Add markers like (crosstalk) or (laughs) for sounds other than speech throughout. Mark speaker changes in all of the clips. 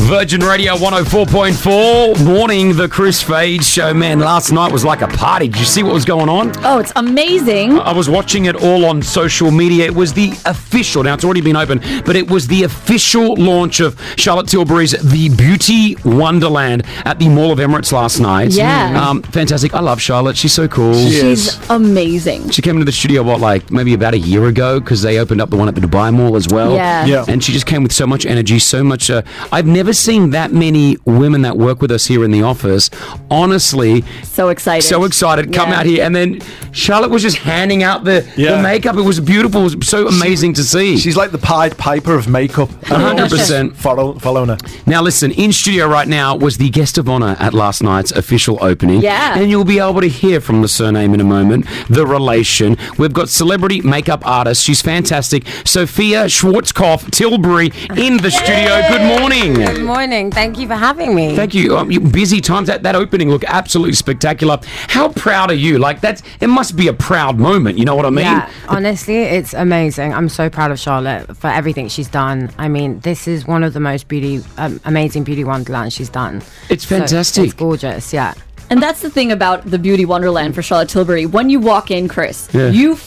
Speaker 1: Virgin Radio 104.4. Morning, the Chris Fade show. Man, last night was like a party. Did you see what was going on?
Speaker 2: Oh, it's amazing.
Speaker 1: I was watching it all on social media. It was the official, now it's already been open, but it was the official launch of Charlotte Tilbury's The Beauty Wonderland at the Mall of Emirates last night.
Speaker 2: Yeah.
Speaker 1: Um, fantastic. I love Charlotte. She's so cool.
Speaker 2: She's amazing.
Speaker 1: She came into the studio, what, like maybe about a year ago because they opened up the one at the Dubai Mall as well.
Speaker 2: Yeah. Yeah.
Speaker 1: And she just came with so much energy, so much. Uh, I've never seen that many women that work with us here in the office. Honestly,
Speaker 2: So excited.
Speaker 1: so excited, come
Speaker 2: Yeah.
Speaker 1: out here. And then Charlotte was just handing out the, the
Speaker 3: Yeah.
Speaker 1: makeup. It was beautiful. It was so amazing to see.
Speaker 3: She's like the Pied Piper of makeup.
Speaker 1: 100%.
Speaker 3: Follow, following her.
Speaker 1: Now, listen, in studio right now was the guest of honor at last night's official opening.
Speaker 2: Yeah.
Speaker 1: And you'll be able to hear from the surname in a moment, the relation. We've got celebrity makeup artist. She's fantastic. Sophia Schwartzkopf Tilbury in the studio. Good morning.
Speaker 4: Good morning. Thank you for having me.
Speaker 1: Thank you. Um, you- busy times. That, that opening looked absolutely spectacular. How proud are you? Like, that's, it must be a proud moment. You know what I mean?
Speaker 4: yeah, honestly, it's amazing. I'm so proud of Charlotte for everything she's done. I mean, this is one of the most beauty, um, amazing beauty wonderland she's done.
Speaker 1: It's
Speaker 4: So
Speaker 1: fantastic.
Speaker 4: it's gorgeous. Yeah.
Speaker 2: And that's the thing about the beauty wonderland for Charlotte Tilbury. When you walk in, Chris, you feel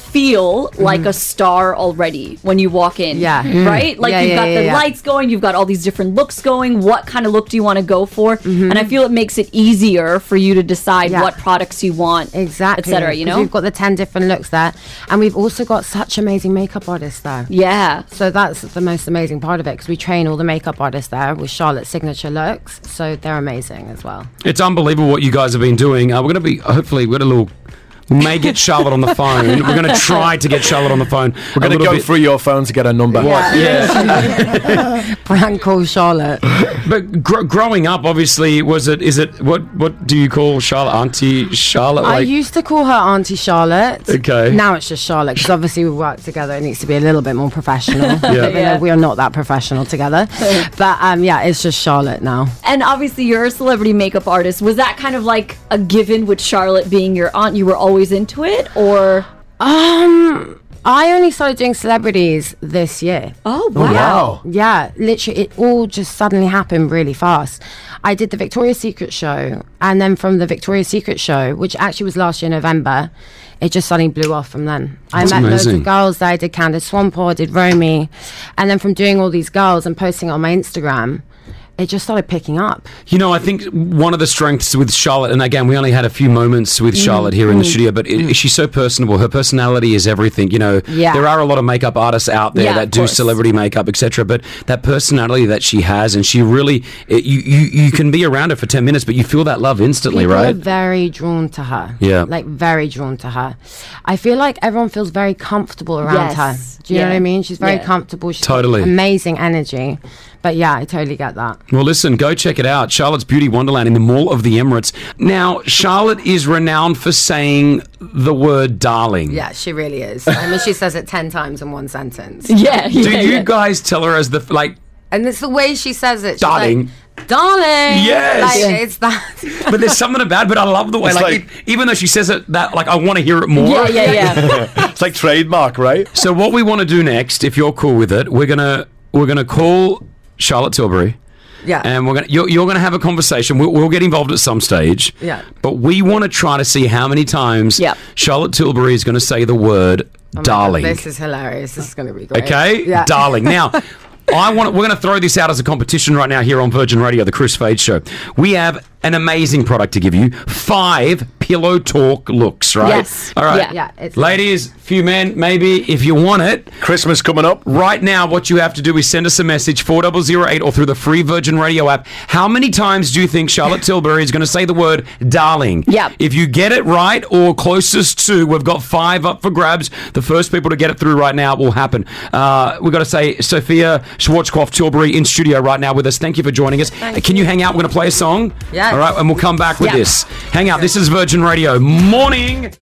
Speaker 1: Mm-hmm.
Speaker 2: like a star already when you walk in.
Speaker 4: Yeah. Mm.
Speaker 2: Right? Like
Speaker 4: Yeah,
Speaker 2: you've
Speaker 4: yeah,
Speaker 2: got
Speaker 4: yeah,
Speaker 2: the
Speaker 4: yeah.
Speaker 2: lights going, you've got all these different looks going. What kind of look do you want to go for? And I feel it makes it easier for you to decide
Speaker 4: Mm-hmm. Yeah.
Speaker 2: what products you want,
Speaker 4: Exactly.
Speaker 2: etc. You
Speaker 4: 'Cause
Speaker 2: know?
Speaker 4: we've got the ten different looks there, and we've also got such amazing makeup artists there.
Speaker 2: yeah.
Speaker 4: So that's the most amazing part of it because we train all the makeup artists there with Charlotte's signature looks. So they're amazing as well.
Speaker 1: It's unbelievable what you guys have been doing. Uh, we're going to be, hopefully, we've got a little. We may get Charlotte on the phone. We're going to try to get Charlotte on the phone.
Speaker 3: We're going to go through your phone to get her number.
Speaker 1: Yeah.
Speaker 4: Brand called Charlotte.
Speaker 1: But gr- growing up, obviously, was it? Is it what? What do you call Charlotte? Auntie Charlotte?
Speaker 4: I
Speaker 1: Like,
Speaker 4: used to call her Auntie Charlotte.
Speaker 1: Okay.
Speaker 4: Now it's just Charlotte because obviously we work together. It needs to be a little bit
Speaker 1: (laughs)
Speaker 4: more professional. Even though
Speaker 2: Yeah.
Speaker 4: We are not that professional together. but um, yeah, it's just Charlotte now.
Speaker 2: And obviously, you're a celebrity makeup artist. Was that kind of like a given with Charlotte being your aunt? You were always into it, or
Speaker 4: Um, I only started doing celebrities this year.
Speaker 2: oh wow,
Speaker 3: Wow.
Speaker 4: Yeah, literally, it all just suddenly happened really fast. I did the Victoria's Secret show, and then from the Victoria's Secret show, which actually was last year November, it just suddenly blew off from then. I
Speaker 1: That's
Speaker 4: met loads
Speaker 1: amazing.
Speaker 4: of girls there. I did Candace Swampor, I did Romy, and then from doing all these girls and posting it on my Instagram, it just started picking up.
Speaker 1: you know, I think one of the strengths with Charlotte, and again, we only had a few moments with Charlotte here in the studio, but it, she's so personable. Her personality is everything. You know,
Speaker 4: Yeah.
Speaker 1: there are a lot of makeup artists out there
Speaker 2: Yeah,
Speaker 1: that
Speaker 2: of
Speaker 1: do
Speaker 2: course.
Speaker 1: celebrity makeup, etc. But that personality that she has, and she really, it, you, you you can be around her for ten minutes, but you feel that love instantly,
Speaker 4: People
Speaker 1: right?
Speaker 4: are very drawn to her.
Speaker 1: Yeah.
Speaker 4: Like very drawn to her. I feel like everyone feels very comfortable around
Speaker 2: Yes.
Speaker 4: her. Do you know
Speaker 2: Yeah.
Speaker 4: what I mean? She's very
Speaker 2: Yeah.
Speaker 4: comfortable. She's got
Speaker 1: Totally.
Speaker 4: Amazing energy. But yeah, I totally get that.
Speaker 1: Well, listen, go check it out. Charlotte's Beauty Wonderland in the Mall of the Emirates. Now, Charlotte is renowned for saying the word darling.
Speaker 4: Yeah, she really is. I mean, she says it 10 times in
Speaker 1: (laughs)
Speaker 4: one sentence.
Speaker 2: yeah,
Speaker 1: Do
Speaker 2: yeah,
Speaker 1: you
Speaker 2: yeah.
Speaker 1: guys tell her as the, like,
Speaker 4: And it's the way she says it. She's
Speaker 1: Darling.
Speaker 4: Like, Darling.
Speaker 1: Yes.
Speaker 4: Like,
Speaker 1: Yeah.
Speaker 4: it's that. (laughs)
Speaker 1: but there's something about it, but I love the way,
Speaker 3: It's
Speaker 1: like,
Speaker 3: like-
Speaker 1: e- even though she says it that, like, I want to hear it more.
Speaker 2: yeah, yeah, yeah.
Speaker 3: It's like trademark, right?
Speaker 1: So what we want to do next, if you're cool with it, we're going to, we're going to call Charlotte Tilbury.
Speaker 4: Yeah.
Speaker 1: And we're gonna you're, you're gonna have a conversation. We'll, we'll get involved at some stage.
Speaker 4: Yeah.
Speaker 1: But we want to try to see how many times
Speaker 2: Yep.
Speaker 1: Charlotte Tilbury is going to say the word
Speaker 2: Oh
Speaker 1: darling.
Speaker 4: This is hilarious. This is going to be great.
Speaker 1: Okay,
Speaker 4: Yeah.
Speaker 1: darling. Now, I want. We're going to throw this out as a competition right now here on Virgin Radio, the Chris Fade Show. We have an amazing product to give you: five pillow talk looks. Right?
Speaker 2: Yes.
Speaker 1: All right.
Speaker 2: Yeah.
Speaker 4: Yeah, it's-
Speaker 1: Ladies, few men, maybe if you want it.
Speaker 3: Christmas coming up.
Speaker 1: Right now, what you have to do is send us a message, 4008 or through the free Virgin Radio app. How many times do you think Charlotte Tilbury is going to say the word darling?
Speaker 2: Yep.
Speaker 1: If you get it right or closest to, we've got five up for grabs. The first people to get it through right now will happen. Uh, we've got to say Sophia Schwarzkopf Tilbury in studio right now with us. Thank you for joining us. Can you hang out? We're going to play a song.
Speaker 4: Yes.
Speaker 1: All right, and we'll come back with
Speaker 2: Yep.
Speaker 1: this. Hang out. This is Virgin Radio. Morning.